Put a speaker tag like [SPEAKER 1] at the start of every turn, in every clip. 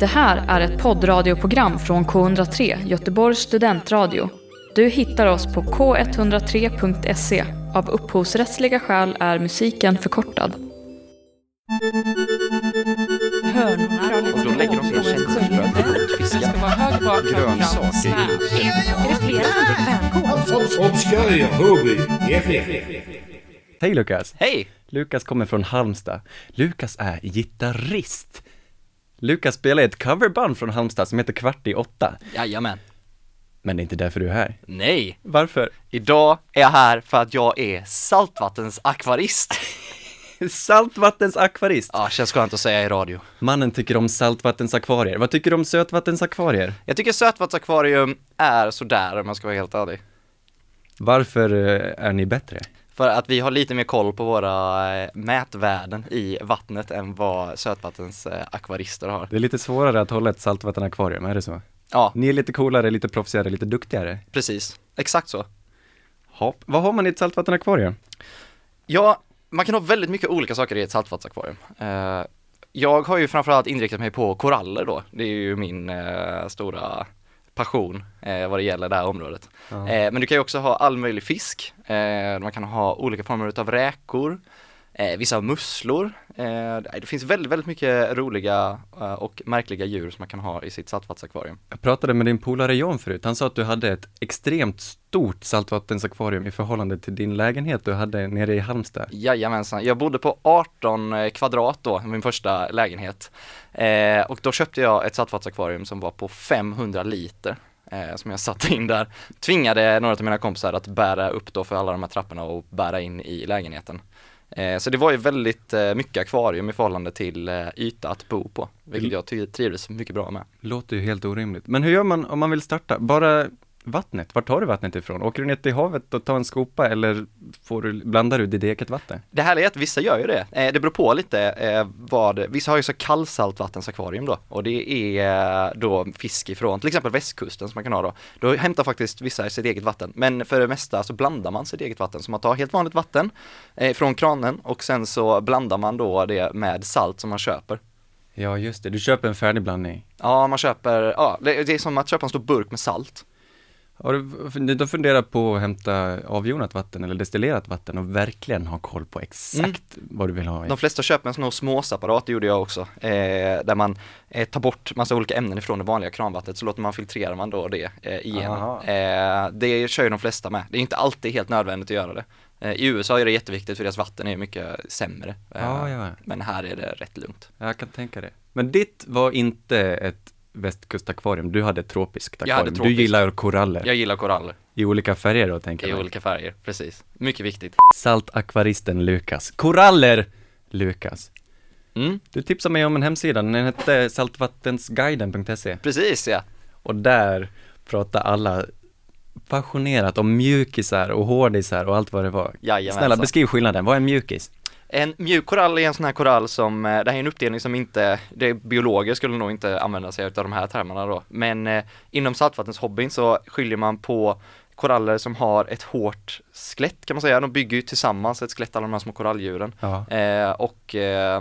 [SPEAKER 1] Det här är ett poddradioprogram från K103, Göteborgs studentradio. Du hittar oss på k103.se. Av upphovsrättsliga skäl är musiken förkortad.
[SPEAKER 2] Och då lägger de sina känselspröt i rotfiskar. Grönsaker i rot.
[SPEAKER 3] Obskörja hobby.
[SPEAKER 4] Hej Lukas!
[SPEAKER 2] Hej!
[SPEAKER 4] Lukas kommer från Halmstad. Lukas är gitarrist. Lukas spelar i ett coverband från Halmstad som heter Kvart i åtta.
[SPEAKER 2] Jajamän.
[SPEAKER 4] Men det är inte därför du är här.
[SPEAKER 2] Nej.
[SPEAKER 4] Varför?
[SPEAKER 2] Idag är jag här för att jag är saltvattens akvarist.
[SPEAKER 4] Saltvattens akvarist.
[SPEAKER 2] Ja, känns skönt att säga i radio.
[SPEAKER 4] Mannen tycker om saltvattens akvarier. Vad tycker du om sötvattens akvarier?
[SPEAKER 2] Jag tycker sötvattensakvarium är sådär om man ska vara helt ärlig.
[SPEAKER 4] Varför eh, är ni bättre?
[SPEAKER 2] För att vi har lite mer koll på våra eh, mätvärden i vattnet än vad sötvattens eh, akvarister har.
[SPEAKER 4] Det är lite svårare att hålla ett saltvattenakvarium, är det så?
[SPEAKER 2] Ja,
[SPEAKER 4] Ni är lite coolare, lite proffsigare, lite duktigare.
[SPEAKER 2] precis. Exakt så.
[SPEAKER 4] Hopp. Vad har man i ett saltvattenakvarium?
[SPEAKER 2] Ja, man kan ha väldigt mycket olika saker i ett saltvattenakvarium. Eh, jag har ju framförallt inriktat mig på koraller då. Det är ju min eh, stora passion eh, vad det gäller det här området. Eh, men du kan ju också ha all möjlig fisk. Eh, man kan ha olika former utav räkor, eh, vissa musslor. Eh, det finns väldigt, väldigt mycket roliga eh, och märkliga djur som man kan ha i sitt saltvattenakvarium.
[SPEAKER 4] Jag pratade med din polare Jan förut. Han sa att du hade ett extremt stort saltvattensakvarium i förhållande till din lägenhet du hade nere i Halmstad.
[SPEAKER 2] Jajamensan, jag bodde på 18 eh, kvadrat då, min första lägenhet. Eh, och då köpte jag ett saltvattenakvarium som var på 500 liter. Eh, som jag satte in där. Tvingade några av mina kompisar att bära upp då för alla de här trapporna och bära in i lägenheten. Eh, så det var ju väldigt eh, mycket akvarium i förhållande till eh, yta att bo på. Vilket jag ty- trivdes mycket bra med.
[SPEAKER 4] Låter ju helt orimligt. Men hur gör man om man vill starta? Bara vattnet, var tar du vattnet ifrån? Åker du ner till havet och tar en skopa eller får du, blandar du ditt eget vatten?
[SPEAKER 2] Det härliga är att vissa gör ju det. Eh, det beror på lite eh, vad, vissa har ju så kallsaltvattensakvarium då och det är eh, då fisk ifrån till exempel västkusten som man kan ha då. Då hämtar faktiskt vissa sitt eget vatten men för det mesta så blandar man sitt eget vatten. Så man tar helt vanligt vatten eh, från kranen och sen så blandar man då det med salt som man köper.
[SPEAKER 4] Ja, just det. Du köper en färdig blandning.
[SPEAKER 2] Ja, man köper, ja, det det är som att köpa en stor burk med salt.
[SPEAKER 4] Har du, de funderar på att hämta avjonat vatten eller destillerat vatten och verkligen ha koll på exakt vad du vill ha i.
[SPEAKER 2] De flesta köper en sån här småsapparat, det gjorde jag också, eh, där man eh, tar bort massa olika ämnen ifrån det vanliga kranvattnet så låter man filtrera man då det eh, igenom.
[SPEAKER 4] Aha.
[SPEAKER 2] Eh, det kör ju de flesta med, det är inte alltid helt nödvändigt att göra det. Eh, I USA är det jätteviktigt för deras vatten är mycket sämre. Eh,
[SPEAKER 4] Ja, ja.
[SPEAKER 2] Men här är det rätt lugnt.
[SPEAKER 4] Jag kan tänka det. Men ditt var inte ett västkustakvarium, du hade ett tropiskt
[SPEAKER 2] hade
[SPEAKER 4] akvarium.
[SPEAKER 2] tropiskt.
[SPEAKER 4] Du gillar koraller
[SPEAKER 2] Jag gillar koraller
[SPEAKER 4] i olika färger då tänker
[SPEAKER 2] i
[SPEAKER 4] jag.
[SPEAKER 2] olika färger, precis. Mycket viktigt.
[SPEAKER 4] Saltakvaristen Lukas. Koraller Lukas.
[SPEAKER 2] Mm.
[SPEAKER 4] Du tipsade mig om en hemsida, den hette saltvattensguiden.se
[SPEAKER 2] Precis ja.
[SPEAKER 4] och där pratar alla passionerat om mjukisar och hårdisar och allt vad det var.
[SPEAKER 2] Jajamensan.
[SPEAKER 4] Snälla beskriv skillnaden, vad är en mjukis?
[SPEAKER 2] En mjuk korall är en sån här korall som, eh, det här är en uppdelning som inte, det är biologer skulle nog inte använda sig av de här termerna då, men eh, inom saltvattenshobbyn så skiljer man på koraller som har ett hårt skelett kan man säga, de bygger ju tillsammans ett skelett alla de här små koralldjuren.
[SPEAKER 4] Ja.
[SPEAKER 2] Eh, och eh,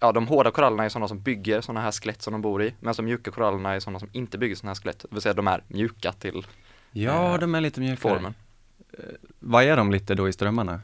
[SPEAKER 2] ja, de hårda korallerna är sådana som bygger sådana här skelett som de bor i, medan de mjuka korallerna är sådana som inte bygger sådana här skelett, det vill säga de är mjuka till
[SPEAKER 4] Ja,
[SPEAKER 2] Eh,
[SPEAKER 4] de är lite mjukare.
[SPEAKER 2] formen.
[SPEAKER 4] Vajar de lite då i strömmarna?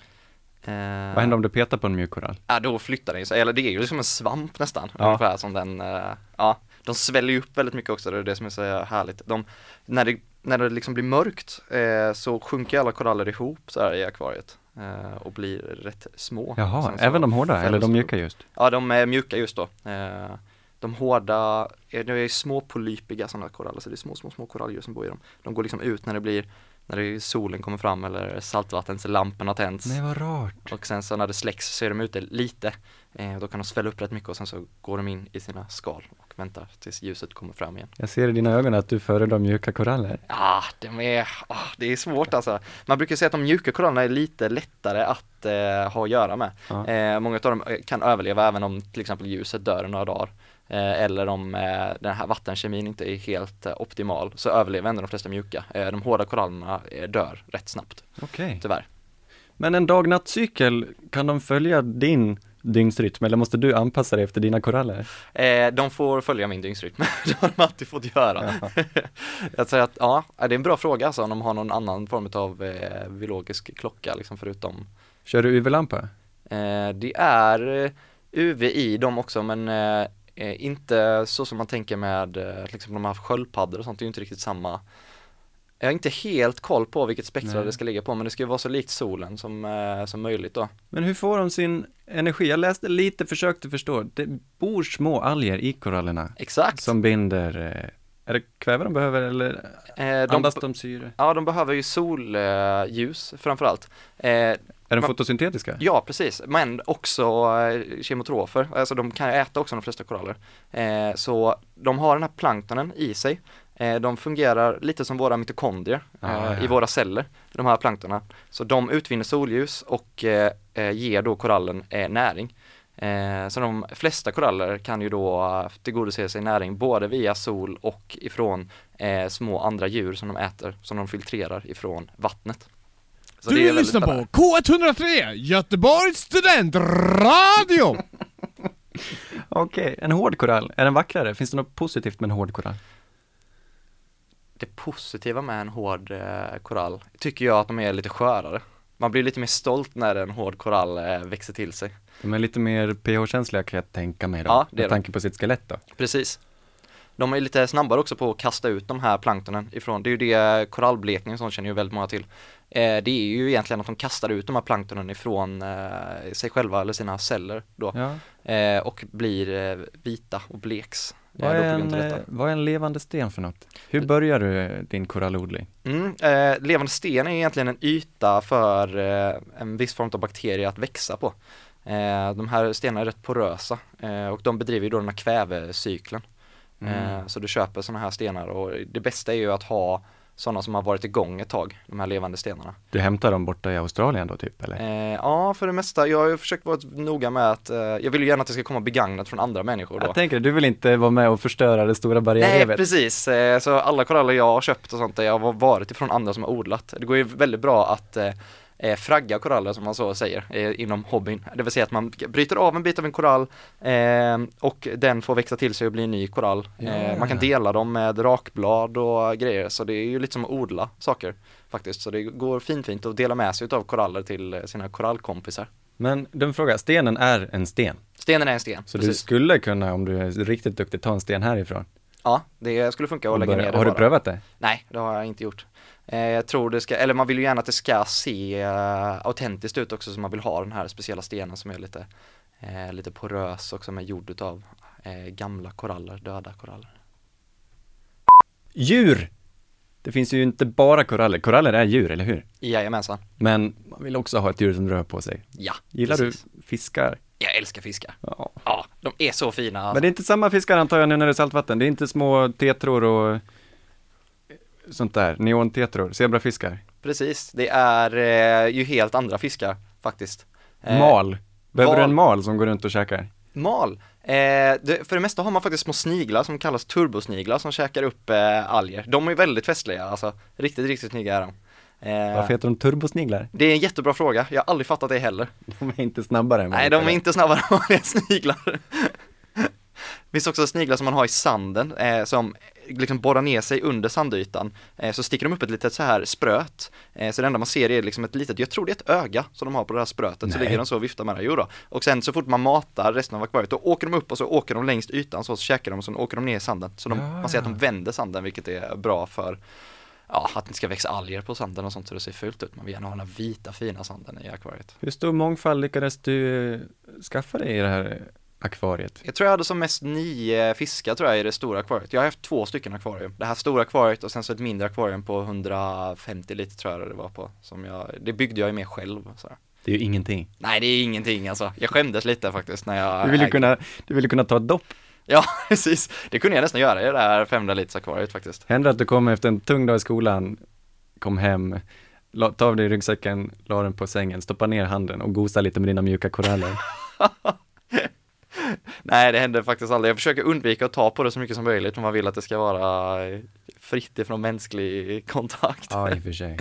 [SPEAKER 2] Eh,
[SPEAKER 4] Vad händer om du petar på en mjuk korall?
[SPEAKER 2] Ja då flyttar den sig, eller det är ju som en svamp nästan,
[SPEAKER 4] Ja.
[SPEAKER 2] ungefär som den, eh, ja, de sväller ju upp väldigt mycket också, det är det som är så härligt. De, när, det, när det liksom blir mörkt eh, så sjunker alla koraller ihop så här i akvariet eh, och blir rätt små.
[SPEAKER 4] Jaha,
[SPEAKER 2] Sen så
[SPEAKER 4] även de hårda, eller de
[SPEAKER 2] fälls-
[SPEAKER 4] mjuka just?
[SPEAKER 2] Ja, de är mjuka just då. Eh, de hårda, eh, de är små polypiga sådana koraller, så det är små, små, små koralldjur som bor i dem. De går liksom ut när det blir, när det är solen kommer fram eller saltvattenslamporna tänds.
[SPEAKER 4] Nej, vad rart.
[SPEAKER 2] Och sen så när det släcks så är de ute lite, eh, då kan de svälla upp rätt mycket och sen så går de in i sina skal och väntar tills ljuset kommer fram igen.
[SPEAKER 4] Jag ser i dina ögon att du föredrar mjuka koraller.
[SPEAKER 2] Ah, de är, ah, det är svårt alltså. Man brukar säga att de mjuka korallerna är lite lättare att eh, ha att göra med.
[SPEAKER 4] Ja.
[SPEAKER 2] Eh, många av dem eh, kan överleva även om till exempel ljuset dör i några dagar. Eh, eller om eh, den här vattenkemin inte är helt eh, optimal så överlever ändå de flesta mjuka. Eh, de hårda korallerna eh, dör rätt snabbt,
[SPEAKER 4] Okej.
[SPEAKER 2] tyvärr.
[SPEAKER 4] Men en dag-nattcykel, kan de följa din dygnsrytm, eller måste du anpassa dig efter dina koraller?
[SPEAKER 2] Eh, de får följa min dygnsrytm, det har de alltid fått göra. jag säger att ja, det är en bra fråga alltså om de har någon annan form av eh, biologisk klocka liksom förutom
[SPEAKER 4] Kör du UV-lampa?
[SPEAKER 2] Eh, det är eh, UVI de också men eh, eh, inte så som man tänker med eh, liksom de här sköldpaddor och sånt, det är ju inte riktigt samma. Jag har inte helt koll på vilket spektra
[SPEAKER 4] Nej.
[SPEAKER 2] det ska ligga på men det ska ju vara så likt solen som, eh, som möjligt då.
[SPEAKER 4] Men hur får de sin energi? Jag läste lite, försökte förstå. Det bor små alger i korallerna
[SPEAKER 2] Exakt!
[SPEAKER 4] som binder, eh, är det kväve de behöver eller
[SPEAKER 2] Eh, de,
[SPEAKER 4] andas de syre?
[SPEAKER 2] ja, de behöver ju solljus eh, ljus framförallt. Eh,
[SPEAKER 4] Är de
[SPEAKER 2] Man-
[SPEAKER 4] fotosyntetiska?
[SPEAKER 2] Ja, precis. Men också eh, kemotrofer, alltså de kan ju äta också de flesta koraller. Eh, så de har den här planktonen i sig. Eh, de fungerar lite som våra mitokondrier eh,
[SPEAKER 4] Ah, ja.
[SPEAKER 2] i våra celler, de här planktonerna. Så de utvinner solljus och eh, eh, ger då korallen eh, näring. Eh, så de flesta koraller kan ju då eh, tillgodose sig näring både via sol och ifrån eh, små andra djur som de äter, som de filtrerar ifrån vattnet. Så det är
[SPEAKER 3] Du
[SPEAKER 2] väldigt
[SPEAKER 3] lyssnar
[SPEAKER 2] spännande.
[SPEAKER 3] på K103, Göteborgs studentradio!
[SPEAKER 4] Okej, en hård korall, är den vackrare? Finns det något positivt med en hård korall?
[SPEAKER 2] det positiva med en hård eh, korall tycker jag att de är lite skörare. Man blir lite mer stolt när en hård korall eh, växer till sig.
[SPEAKER 4] De är lite mer pH-känsliga kan jag tänka mig då,
[SPEAKER 2] Ja, det är
[SPEAKER 4] med
[SPEAKER 2] de.
[SPEAKER 4] tanke på sitt skelett då.
[SPEAKER 2] Precis. De är lite snabbare också på att kasta ut de här planktonen ifrån. Det är ju det korallblekning och sånt känner ju väldigt många till. Eh, det är ju egentligen att de kastar ut de här planktonen ifrån eh, sig själva eller sina celler då.
[SPEAKER 4] Ja.
[SPEAKER 2] Eh, och blir eh, vita och bleks. eh, då
[SPEAKER 4] Vad, är
[SPEAKER 2] på grund
[SPEAKER 4] en,
[SPEAKER 2] av detta.
[SPEAKER 4] eh, vad är en levande sten för något? Hur börjar du eh, din korallodling?
[SPEAKER 2] Mm, eh, levande sten är egentligen en yta för eh, en viss form av bakterie att växa på. Eh, de här stenarna är rätt porösa eh, och de bedriver ju då den här kvävecykeln. Eh, så du köper sådana här stenar och det bästa är ju att ha sådana som har varit igång ett tag, de här levande stenarna.
[SPEAKER 4] Du hämtar dem borta i Australien då typ eller?
[SPEAKER 2] Eh, ja, för det mesta, jag har ju försökt vara noga med att, eh, jag vill ju gärna att det ska komma begagnat från andra människor då.
[SPEAKER 4] Jag tänker, du vill inte vara med och förstöra det stora
[SPEAKER 2] Nej
[SPEAKER 4] barriärrevet?
[SPEAKER 2] precis, Eh, så alla koraller jag har köpt och sånt där jag har varit ifrån andra som har odlat. Det går ju väldigt bra att eh, eh, fragga koraller som man så säger eh, inom hobbyn. Det vill säga att man bryter av en bit av en korall eh, och den får växa till sig och bli en ny korall. Eh, man kan dela dem med rakblad och grejer så det är ju lite som att odla saker faktiskt. Så det går fint fint att dela med sig av koraller till eh, sina korallkompisar.
[SPEAKER 4] Men du fråga, stenen är en sten.
[SPEAKER 2] Stenen är en sten,
[SPEAKER 4] Så du
[SPEAKER 2] precis.
[SPEAKER 4] skulle kunna, om du är riktigt duktig, ta en sten härifrån.
[SPEAKER 2] Ja, det skulle funka att
[SPEAKER 4] och
[SPEAKER 2] lägga
[SPEAKER 4] börja-
[SPEAKER 2] ner det
[SPEAKER 4] har du
[SPEAKER 2] bara.
[SPEAKER 4] prövat det?
[SPEAKER 2] Nej, det har jag inte gjort. Eh, jag tror det ska, eller man vill ju gärna att det ska se eh, autentiskt ut också så man vill ha den här speciella stenen som är lite, eh, lite porös och som är gjord utav eh, gamla koraller, döda koraller.
[SPEAKER 4] Djur! Det finns ju inte bara koraller, koraller är djur, eller hur?
[SPEAKER 2] Jajamensan.
[SPEAKER 4] Men man vill också ha ett djur som rör på sig.
[SPEAKER 2] Ja,
[SPEAKER 4] Gillar
[SPEAKER 2] precis.
[SPEAKER 4] du fiskar?
[SPEAKER 2] Jag älskar fiskar.
[SPEAKER 4] Ja.
[SPEAKER 2] Ja, de är så fina.
[SPEAKER 4] Men
[SPEAKER 2] Alltså.
[SPEAKER 4] det är inte samma fiskar antar jag nu när det är saltvatten, det är inte små tetror och sånt där, neontetror, zebrafiskar,
[SPEAKER 2] Precis, det är eh, ju helt andra fiskar faktiskt. Eh,
[SPEAKER 4] mal. Behöver du
[SPEAKER 2] val.
[SPEAKER 4] en mal som går runt och käkar?
[SPEAKER 2] Mal. Eh, det, för det mesta har man faktiskt små sniglar som kallas turbosniglar som käkar upp eh, alger. De är väldigt festliga alltså. Riktigt, riktigt snygga är de. Eh,
[SPEAKER 4] Varför heter de turbosniglar?
[SPEAKER 2] Det är en jättebra fråga, jag har aldrig fattat det heller.
[SPEAKER 4] De är inte snabbare än
[SPEAKER 2] Nej,
[SPEAKER 4] vanligt,
[SPEAKER 2] de är
[SPEAKER 4] eller?
[SPEAKER 2] inte snabbare än vanliga sniglar. Det finns också sniglar som man har i sanden, eh, som liksom borrar ner sig under sandytan. Eh, så sticker de upp ett litet så här spröt. Eh, så det enda man ser är liksom ett litet, jag tror det är ett öga som de har på det här sprötet. Så
[SPEAKER 4] Nej.
[SPEAKER 2] ligger de så och viftar med det, jo då. Och sen så fort man matar resten av akvariet, då åker de upp och så åker de längst ytan så, så käkar de och så åker de ner i sanden. Så de,
[SPEAKER 4] Ja,
[SPEAKER 2] man ser att de
[SPEAKER 4] ja.
[SPEAKER 2] vänder sanden, vilket är bra för Ja, att det inte ska växa alger på sanden och sånt så det ser fult ut. Man vill gärna ha den här vita fina sanden i akvariet.
[SPEAKER 4] Hur stor mångfald lyckades du eh, skaffa dig i det här eh, akvariet?
[SPEAKER 2] Jag tror jag hade som mest nio fiskar tror jag i det stora akvariet. Jag har haft två stycken akvarium. Det här stora akvariet och sen så ett mindre akvarium på 150 liter tror jag det var på. Som jag, det byggde jag ju med själv. Så. här.
[SPEAKER 4] Det är ju ingenting.
[SPEAKER 2] Nej det är ingenting alltså. Jag skämdes lite faktiskt när jag
[SPEAKER 4] Du ville
[SPEAKER 2] ägde-
[SPEAKER 4] kunna, du ville kunna ta ett dopp.
[SPEAKER 2] Ja precis. Det kunde jag nästan göra i det här 500 liters akvariet faktiskt.
[SPEAKER 4] Händer att du kommer efter en tung dag i skolan, kom hem, la, tar av dig ryggsäcken, la den på sängen, stoppar ner handen och gosar lite med dina mjuka koraller.
[SPEAKER 2] Nej det hände faktiskt aldrig. Jag försöker undvika att ta på det så mycket som möjligt om man vill att det ska vara eh, fritt ifrån mänsklig kontakt.
[SPEAKER 4] Ja, i och för sig.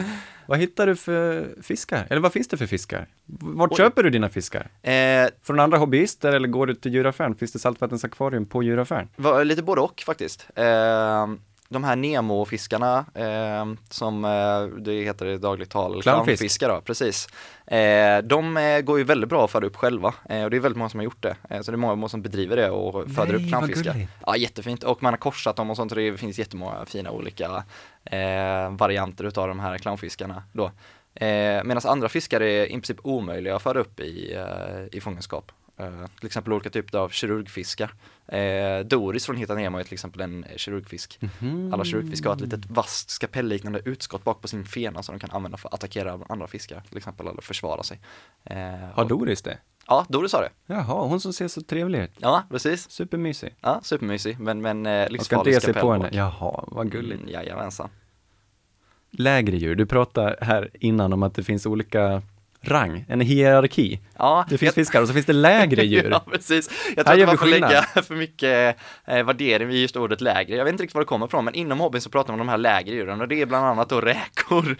[SPEAKER 4] Vad hittar du för fiskar? Eller vad finns det för fiskar? Vart
[SPEAKER 2] Oj.
[SPEAKER 4] köper du dina fiskar?
[SPEAKER 2] Eh,
[SPEAKER 4] Från andra hobbyister eller går du till djuraffären? Finns det saltvattens akvarium på djuraffären?
[SPEAKER 2] var lite både och faktiskt. Eh, de här Nemo-fiskarna eh, som eh, det heter i dagligt tal, eller
[SPEAKER 4] Clownfisk.
[SPEAKER 2] clownfiskar då, precis. Eh, de eh, går ju väldigt bra att föda upp själva eh, och det är väldigt många som har gjort det. Eh, så det är många som bedriver det och föder
[SPEAKER 4] Nej,
[SPEAKER 2] upp
[SPEAKER 4] vad
[SPEAKER 2] clownfiskar.
[SPEAKER 4] gulligt.
[SPEAKER 2] Ja, jättefint. Och man har korsat dem och sånt och det finns jättemånga fina olika eh, varianter utav de här clownfiskarna då. Eh, Medan andra fiskar är i princip omöjliga att föra upp i, eh, i fångenskap. Eh, till exempel olika typer av kirurgfiskar. Eh, Doris från Hitta Nemo är till exempel en eh, kirurgfisk.
[SPEAKER 4] Mhm.
[SPEAKER 2] Alla kirurgfiskar har ett litet vasst skapelliknande utskott bak på sin fena som de kan använda för att attackera andra fiskar till exempel eller försvara sig. Eh,
[SPEAKER 4] Har
[SPEAKER 2] och-
[SPEAKER 4] Doris det?
[SPEAKER 2] Ja, Doris har det.
[SPEAKER 4] Jaha, hon som ser så trevlig ut.
[SPEAKER 2] Ja, precis.
[SPEAKER 4] Supermysig.
[SPEAKER 2] Ja, supermysig men, men eh,
[SPEAKER 4] Man ska inte
[SPEAKER 2] livsfarlig
[SPEAKER 4] ge sig
[SPEAKER 2] skapell.
[SPEAKER 4] på henne.
[SPEAKER 2] bak.
[SPEAKER 4] Jaha, vad gulligt.
[SPEAKER 2] Mm, jajamensan.
[SPEAKER 4] Lägre djur, du pratar här innan om att det finns olika rang, en hierarki.
[SPEAKER 2] Ja,
[SPEAKER 4] Det
[SPEAKER 2] jag-
[SPEAKER 4] finns fiskar och så finns det lägre djur.
[SPEAKER 2] Ja, precis. Jag
[SPEAKER 4] Här
[SPEAKER 2] tror
[SPEAKER 4] gör
[SPEAKER 2] att man
[SPEAKER 4] vi
[SPEAKER 2] får
[SPEAKER 4] skillnad.
[SPEAKER 2] lägga för mycket eh, värdering i just ordet lägre. Jag vet inte riktigt var det kommer ifrån, men inom hobbyn så pratar man om de här lägre djuren och det är bland annat då räkor.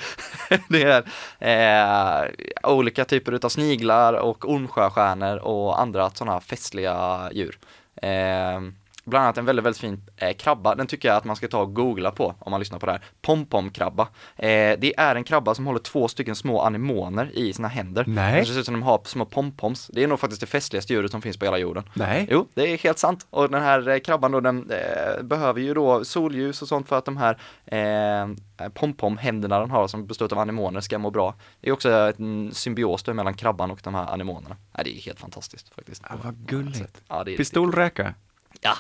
[SPEAKER 2] det är eh, olika typer utav sniglar och ormsjöstjärnor och andra sådana här festliga djur. Eh, Bland annat en väldigt, väldigt fin eh, krabba, den tycker jag att man ska ta och googla på om man lyssnar på det här. Pompomkrabba. Eh, det är en krabba som håller två stycken små anemoner i sina händer.
[SPEAKER 4] Nej.
[SPEAKER 2] Den ser ut som de har små pompoms. Det är nog faktiskt det festligaste djuret som finns på hela jorden.
[SPEAKER 4] Nej.
[SPEAKER 2] Jo, det är helt sant. Och den här eh, krabban då, den eh, behöver ju då solljus och sånt för att de här eh, pompom-händerna den har som består av anemoner ska må bra. Det är också en symbios då mellan krabban och de här anemonerna. Ja, det är helt fantastiskt faktiskt.
[SPEAKER 4] Ah, vad gulligt.
[SPEAKER 2] Ja, det är
[SPEAKER 4] Pistolräka.
[SPEAKER 2] Ja,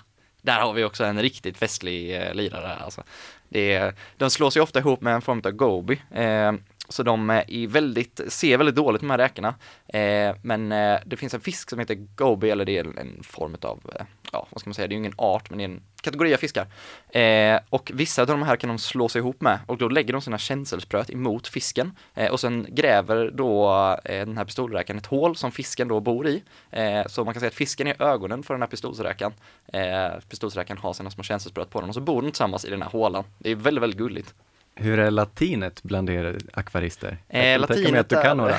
[SPEAKER 2] där har vi också en riktigt festlig eh, lirare här, alltså. Det är, de slår sig ofta ihop med en form av goby. Eh, så de eh, är väldigt, ser väldigt dåligt de här räkorna. Eh, men eh, det finns en fisk som heter goby, eller det är en- en form av, eh, ja vad ska man säga, det är ju ingen art men det är en kategori av fiskar. Eh, och vissa av de här kan de slå sig ihop med och då lägger de sina känselspröt emot fisken. Eh, och sen gräver då eh, den här pistolräkan ett hål som fisken då bor i. Eh, så man kan säga att fisken är ögonen för den här pistolsräkan. Eh, pistolsräkan har sina små känselspröt på den och så bor de tillsammans i den här hålan. Det är väldigt, väldigt gulligt.
[SPEAKER 4] Hur är latinet bland er akvarister?
[SPEAKER 2] Eh,
[SPEAKER 4] jag kan tänka mig
[SPEAKER 2] latinet
[SPEAKER 4] att du kan
[SPEAKER 2] är-
[SPEAKER 4] några.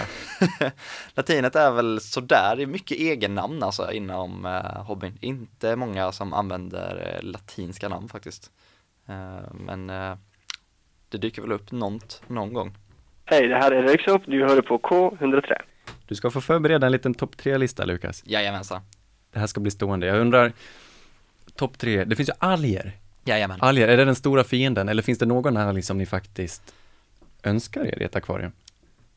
[SPEAKER 2] Latinet är väl sådär, det är mycket egennamn alltså inom eh, hobbyn. Inte många som använder eh, latinska namn faktiskt. Eh, men eh, det dyker väl upp nånt, någon gång.
[SPEAKER 5] Hej, det här är Eriksson. Du hör på K103.
[SPEAKER 4] Du ska få förbereda en liten topp tre-lista, Lukas.
[SPEAKER 2] Jajamensan.
[SPEAKER 4] Det här ska bli stående. Jag undrar, topp tre, det finns ju alger.
[SPEAKER 2] Jajamän.
[SPEAKER 4] Alger, är det den stora fienden eller finns det någon alg som ni faktiskt önskar er i ett akvarium?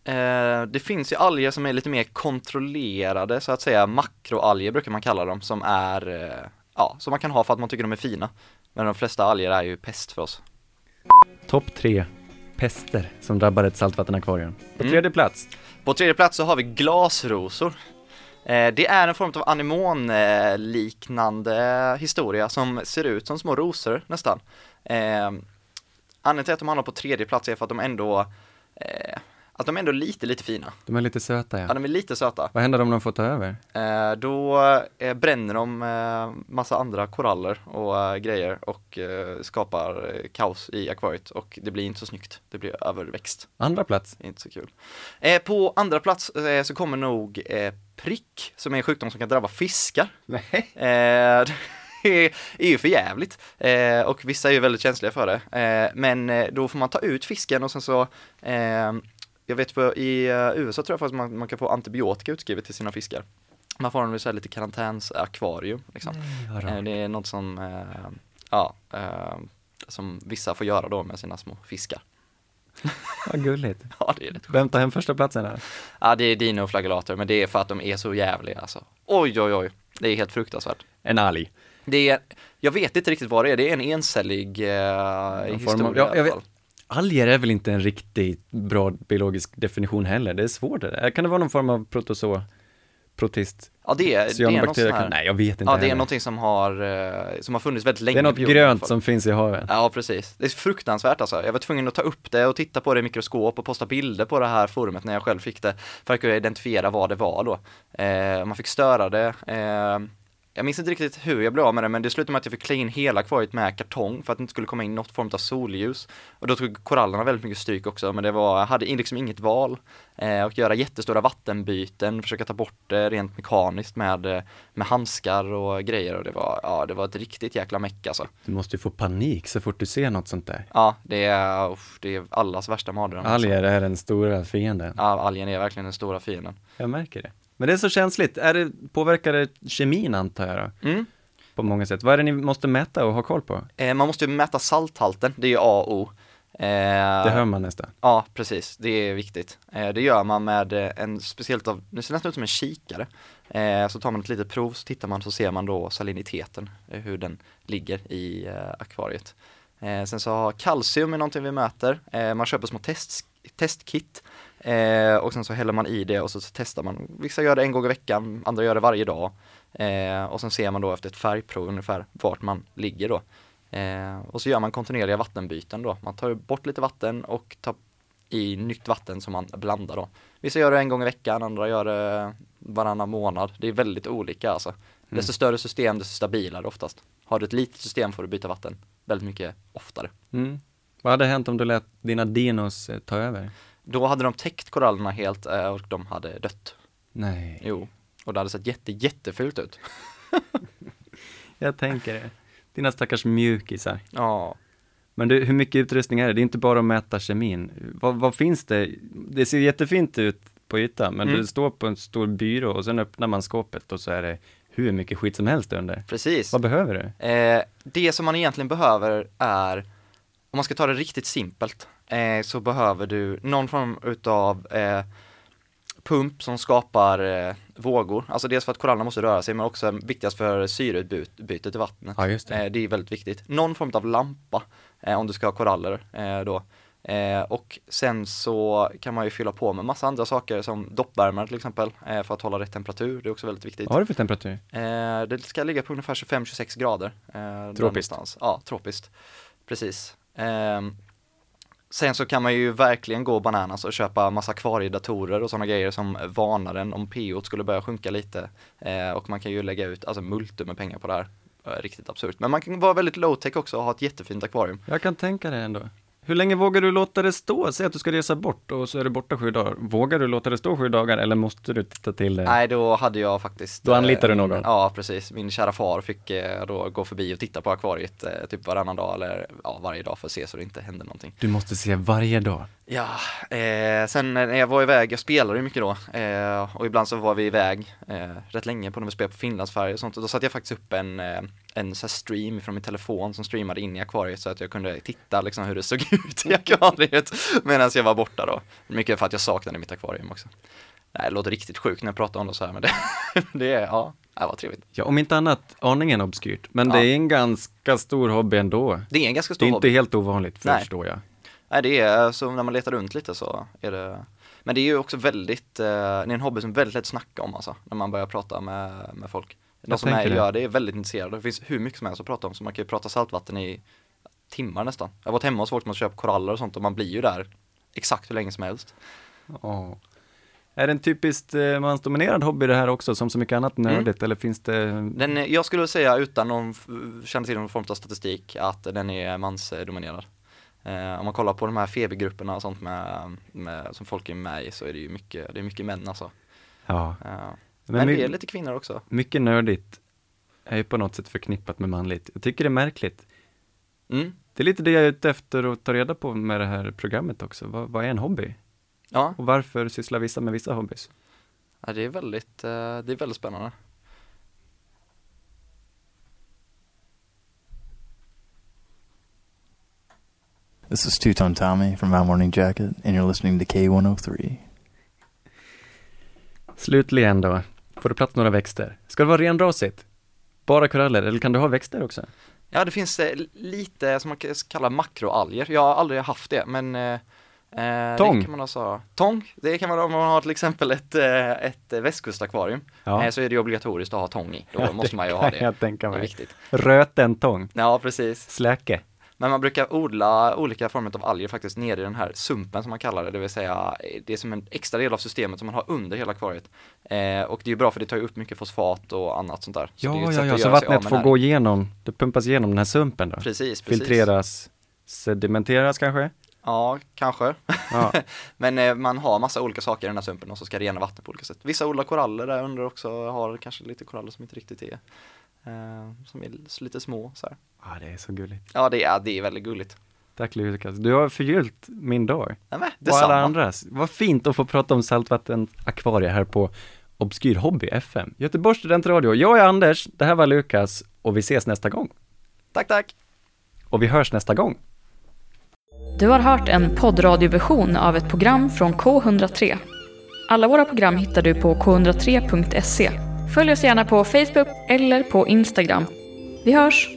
[SPEAKER 2] Eh, det finns ju alger som är lite mer kontrollerade så att säga, makroalger brukar man kalla dem, som är, eh, ja, som man kan ha för att man tycker de är fina. Men de flesta alger är ju pest för oss.
[SPEAKER 4] Topp tre pester som drabbar ett saltvattenakvarium. På
[SPEAKER 2] Mm.
[SPEAKER 4] tredje plats,
[SPEAKER 2] På tredje plats så har vi glasrosor. Eh, Det är en form av anemon-liknande historia som ser ut som små rosor nästan. Eh, Anledningen till att de hamnar på tredje plats är för att de ändå, eh, att de ändå är lite, lite fina.
[SPEAKER 4] de är lite söta ja.
[SPEAKER 2] Ja, de är lite söta.
[SPEAKER 4] Vad händer om de får ta över?
[SPEAKER 2] Eh, Då eh, bränner de eh, massa andra koraller och eh, grejer och eh, skapar eh, kaos i akvariet och det blir inte så snyggt. Det blir överväxt.
[SPEAKER 4] Andra plats,
[SPEAKER 2] Det är inte så kul. Eh, på andra plats eh, så kommer nog eh, prick, som är en sjukdom som kan drabba fiskar. Eh, det är- är ju för jävligt eh, och vissa är ju väldigt känsliga för det. Eh, men eh, då får man ta ut fisken och sen så eh, jag vet på, i eh, USA tror jag faktiskt man, man kan få antibiotika utskrivet till sina fiskar. Man får dem i så här lite karantänsakvarium liksom.
[SPEAKER 4] vad
[SPEAKER 2] Eh,
[SPEAKER 4] rart.
[SPEAKER 2] Det är något som, eh, ja, eh, som vissa får göra då med sina små fiskar.
[SPEAKER 4] vad gulligt.
[SPEAKER 2] Ja, det är det.
[SPEAKER 4] Vem tar hem första platsen här?
[SPEAKER 2] Ja, det är dino och flagellator, men det är för att de är så jävliga alltså. Oj, oj, oj. Det är helt fruktansvärt.
[SPEAKER 4] En alg.
[SPEAKER 2] Det är, jag vet inte riktigt vad det är, det är en encellig eh,
[SPEAKER 4] Någon
[SPEAKER 2] historia
[SPEAKER 4] form av-
[SPEAKER 2] i
[SPEAKER 4] ja,
[SPEAKER 2] alla
[SPEAKER 4] jag
[SPEAKER 2] fall.
[SPEAKER 4] vet. Alger är väl inte en riktigt bra biologisk definition heller, det är svårt det där. Kan det vara någon form av protozoa, protist,
[SPEAKER 2] Ja, det är, det är någon sån
[SPEAKER 4] cyanobakterier?
[SPEAKER 2] här,
[SPEAKER 4] Kan... Nej, jag vet inte
[SPEAKER 2] ja, det är
[SPEAKER 4] heller.
[SPEAKER 2] någonting som har, eh, som har funnits väldigt länge.
[SPEAKER 4] Det är något
[SPEAKER 2] på jorden i alla
[SPEAKER 4] grönt
[SPEAKER 2] fall.
[SPEAKER 4] som finns i haven.
[SPEAKER 2] Ja, precis. Det är fruktansvärt alltså. Jag var tvungen att ta upp det och titta på det i mikroskop och posta bilder på det här forumet när jag själv fick det för att kunna identifiera vad det var då. Eh, man fick störa det. Eh, Jag minns inte riktigt hur jag blev av med det, men det slutade med att jag fick klä in hela akvariet med kartong för att det inte skulle komma in något form av solljus. Och då tog korallerna väldigt mycket stryk också, men det var, jag hade in- liksom inget val. Eh, och göra jättestora vattenbyten, försöka ta bort det rent mekaniskt med, eh, med handskar och grejer och det var, ja, det var ett riktigt jäkla meck alltså.
[SPEAKER 4] Du måste ju få panik så fort du ser något sånt där.
[SPEAKER 2] Ja, det är, uff, det är allas värsta mardröm. alltså.
[SPEAKER 4] Alger är den stora fienden.
[SPEAKER 2] Ja, algen är verkligen den stora fienden.
[SPEAKER 4] Jag märker det. Men det är så känsligt. Är det, påverkar det kemin antar jag då?
[SPEAKER 2] Mm.
[SPEAKER 4] På många sätt. Vad är det ni måste mäta och ha koll på?
[SPEAKER 2] Eh, man måste ju mäta salthalten, det är ju A och O. Eh,
[SPEAKER 4] Det hör man nästan.
[SPEAKER 2] Ja, precis. Det är viktigt. Eh, det gör man med eh, en speciellt av, det ser nästan ut som en kikare. Eh, så tar man ett litet prov, så tittar man så ser man då saliniteten, eh, hur den ligger i eh, akvariet. Eh, sen så har kalcium är någonting vi mäter. Eh, man köper små test, testkit eh, och sen så häller man i det och så, så testar man. Vissa gör det en gång i veckan, andra gör det varje dag. Eh, och sen ser man då efter ett färgprov ungefär vart man ligger då. Eh, och så gör man kontinuerliga vattenbyten då. Man tar bort lite vatten och tar i nytt vatten som man blandar då. Vissa gör det en gång i veckan, andra gör det varannan månad. Det är väldigt olika alltså. Desto större system, desto stabilare oftast. Har du ett litet system får du byta vatten väldigt mycket oftare.
[SPEAKER 4] Mm. Vad hade hänt om du lät dina dinos eh, ta över?
[SPEAKER 2] Då hade de täckt korallerna helt eh, och de hade dött.
[SPEAKER 4] Nej,
[SPEAKER 2] Jo, och det hade sett jätte, jättefult ut.
[SPEAKER 4] jag tänker det. Dina stackars mjukisar.
[SPEAKER 2] Ja,
[SPEAKER 4] Men du, hur mycket utrustning är det? Det är inte bara att mäta kemin. Vad, vad finns det? Det ser jättefint ut på ytan, men
[SPEAKER 2] Mm.
[SPEAKER 4] du står på en stor byrå och sen öppnar man skåpet och så är det hur mycket skit som helst under.
[SPEAKER 2] precis.
[SPEAKER 4] Vad behöver du?
[SPEAKER 2] Eh, det som man egentligen behöver är, om man ska ta det riktigt simpelt, eh, så behöver du någon form utav eh, pump som skapar eh, vågor. Alltså dels för att korallerna måste röra sig, men också viktigast för syreutbytet i vattnet.
[SPEAKER 4] Ja, just det.
[SPEAKER 2] Eh, det är väldigt viktigt. Någon form av lampa, eh, om du ska ha koraller eh, då. Eh, och sen så kan man ju fylla på med massa andra saker som doppvärmare till exempel, eh, för att hålla rätt temperatur. Det är också väldigt viktigt.
[SPEAKER 4] Vad har du för temperatur?
[SPEAKER 2] Eh, det ska ligga på ungefär 25-26 grader. Eh, där
[SPEAKER 4] Tropiskt.
[SPEAKER 2] någonstans. Ja, tropiskt. Precis. Ehm, sen så kan man ju verkligen gå bananas och köpa massa akvariedatorer och sådana grejer som varnar en om pH skulle börja sjunka lite. Eh, och man kan ju lägga ut alltså multum med pengar på det här. Eh, Riktigt absurt. Men man kan vara väldigt low-tech också och ha ett jättefint akvarium.
[SPEAKER 4] Jag kan tänka det ändå. Hur länge vågar du låta det stå? Säg att du ska resa bort och så är du borta sju dagar. Vågar du låta det stå sju dagar eller måste du titta till det?
[SPEAKER 2] Nej, då hade jag faktiskt...
[SPEAKER 4] Då anlitar du någon?
[SPEAKER 2] eh, Ja, precis. Min kära far fick eh, då gå förbi och titta på akvariet eh, typ varannan dag eller ja, varje dag för att se så det inte händer någonting.
[SPEAKER 4] Du måste se varje dag.
[SPEAKER 2] Ja, eh, sen när jag var iväg, jag spelade ju mycket då eh, och ibland så var vi iväg eh, rätt länge på när vi spelade på Finlandsfärjor och sånt och då satte jag faktiskt upp en, eh, en så här stream från min telefon som streamade in i akvariet så att jag kunde titta liksom hur det såg ut i akvariet medan jag var borta då. Mycket för att jag saknade mitt akvarium också. Nej, det låter riktigt sjukt när jag pratar om det så här men det, det är, ja, det var trevligt.
[SPEAKER 4] Ja, om inte annat aningen obskyrt, men det
[SPEAKER 2] Ja.
[SPEAKER 4] är en ganska stor hobby ändå.
[SPEAKER 2] Det är en ganska
[SPEAKER 4] Det
[SPEAKER 2] stor
[SPEAKER 4] är
[SPEAKER 2] hobby.
[SPEAKER 4] inte helt ovanligt,
[SPEAKER 2] Nej.
[SPEAKER 4] förstår jag.
[SPEAKER 2] Nej det är, så när man letar runt lite så är det Men det är ju också väldigt, eh, det är en hobby som är väldigt lätt att snacka om alltså När man börjar prata med, med folk De
[SPEAKER 4] Jag
[SPEAKER 2] som är,
[SPEAKER 4] tänker det.
[SPEAKER 2] gör det är väldigt intresserade, det finns hur mycket som helst att prata om Så man kan ju prata saltvatten i timmar nästan Jag har varit hemma hos folk som har köpt koraller och sånt och man blir ju där exakt hur länge som helst
[SPEAKER 4] Ja. Är det en typiskt eh, mansdominerad hobby det här också, som så mycket annat nördigt, eller finns det...
[SPEAKER 2] Mm. Den, är- Jag skulle säga utan någon, f- känna till någon form av statistik att den är mansdominerad Eh, om man kollar på de här febergrupperna och sånt med, med, som folk är med i så är det ju mycket, det är mycket män alltså.
[SPEAKER 4] Ja.
[SPEAKER 2] Eh,
[SPEAKER 4] Men
[SPEAKER 2] Men,
[SPEAKER 4] my-
[SPEAKER 2] det är lite kvinnor också.
[SPEAKER 4] Mycket nördigt är ju på något sätt förknippat med manligt. Jag tycker det är märkligt.
[SPEAKER 2] Mm.
[SPEAKER 4] Det är lite det jag är ute efter att ta reda på med det här programmet också. Vad, vad är en hobby?
[SPEAKER 2] Ja,
[SPEAKER 4] Och varför sysslar vissa med vissa hobbys?
[SPEAKER 2] ja, det är väldigt, eh, det är väldigt spännande.
[SPEAKER 6] This is Two Tone Tommy from My Morning Jacket, and you're listening to K103.
[SPEAKER 4] Slutligen då, får du plats några växter? Ska det vara renrasigt? Bara koraller, eller kan du ha växter också?
[SPEAKER 2] Ja, det finns eh, lite som man kan kalla makroalger. Jag har aldrig haft det, men eh, eh,
[SPEAKER 4] Tång.
[SPEAKER 2] Det kan man alltså, tång, det kan man ha om man har till exempel ett, eh, ett eh, västkustakvarium.
[SPEAKER 4] Ja.
[SPEAKER 2] Eh, Så är det ju obligatoriskt att ha tång i, då
[SPEAKER 4] Ja,
[SPEAKER 2] måste man ju ha det.
[SPEAKER 4] Jag tänka
[SPEAKER 2] Det är
[SPEAKER 4] mig.
[SPEAKER 2] viktigt.
[SPEAKER 4] Röten tång,
[SPEAKER 2] Ja, precis.
[SPEAKER 4] släke.
[SPEAKER 2] Men man brukar odla olika former av alger faktiskt nere i den här sumpen som man kallar det, det vill säga eh, det är som en extra del av systemet som man har under hela akvariet. Eh, och det är ju bra för det tar ju upp mycket fosfat och annat sånt där. det är ju
[SPEAKER 4] Ja,
[SPEAKER 2] ett
[SPEAKER 4] ja,
[SPEAKER 2] sätt
[SPEAKER 4] ja,
[SPEAKER 2] att
[SPEAKER 4] så
[SPEAKER 2] göra sig av med
[SPEAKER 4] vattnet får
[SPEAKER 2] näring.
[SPEAKER 4] gå igenom, det pumpas igenom den här sumpen då?
[SPEAKER 2] Precis, precis.
[SPEAKER 4] Filtreras, sedimenteras kanske?
[SPEAKER 2] Ja, kanske.
[SPEAKER 4] Ja.
[SPEAKER 2] Men eh, man har massa olika saker i den här sumpen och så ska rena vattnet på olika sätt. Vissa odlar koraller där under också, har kanske lite koraller som inte riktigt är, eh, som är lite små så här.
[SPEAKER 4] ah, det är så gulligt.
[SPEAKER 2] Ja, det är, det är väldigt gulligt.
[SPEAKER 4] Tack Lukas, du har förgyllt min dag.
[SPEAKER 2] Nej, men, eh,
[SPEAKER 4] Och alla
[SPEAKER 2] detsamma.
[SPEAKER 4] andras. Vad fint att få prata om saltvattenakvarier här på Obskyr Hobby FM, Göteborgs studentradio. Jag är Anders, det här var Lukas och vi ses nästa gång.
[SPEAKER 2] Tack, tack.
[SPEAKER 4] Och vi hörs nästa gång.
[SPEAKER 1] Du har hört en poddradioversion av ett program från K103. Alla våra program hittar du på k103.se. Följ oss gärna på Facebook eller på Instagram. Vi hörs!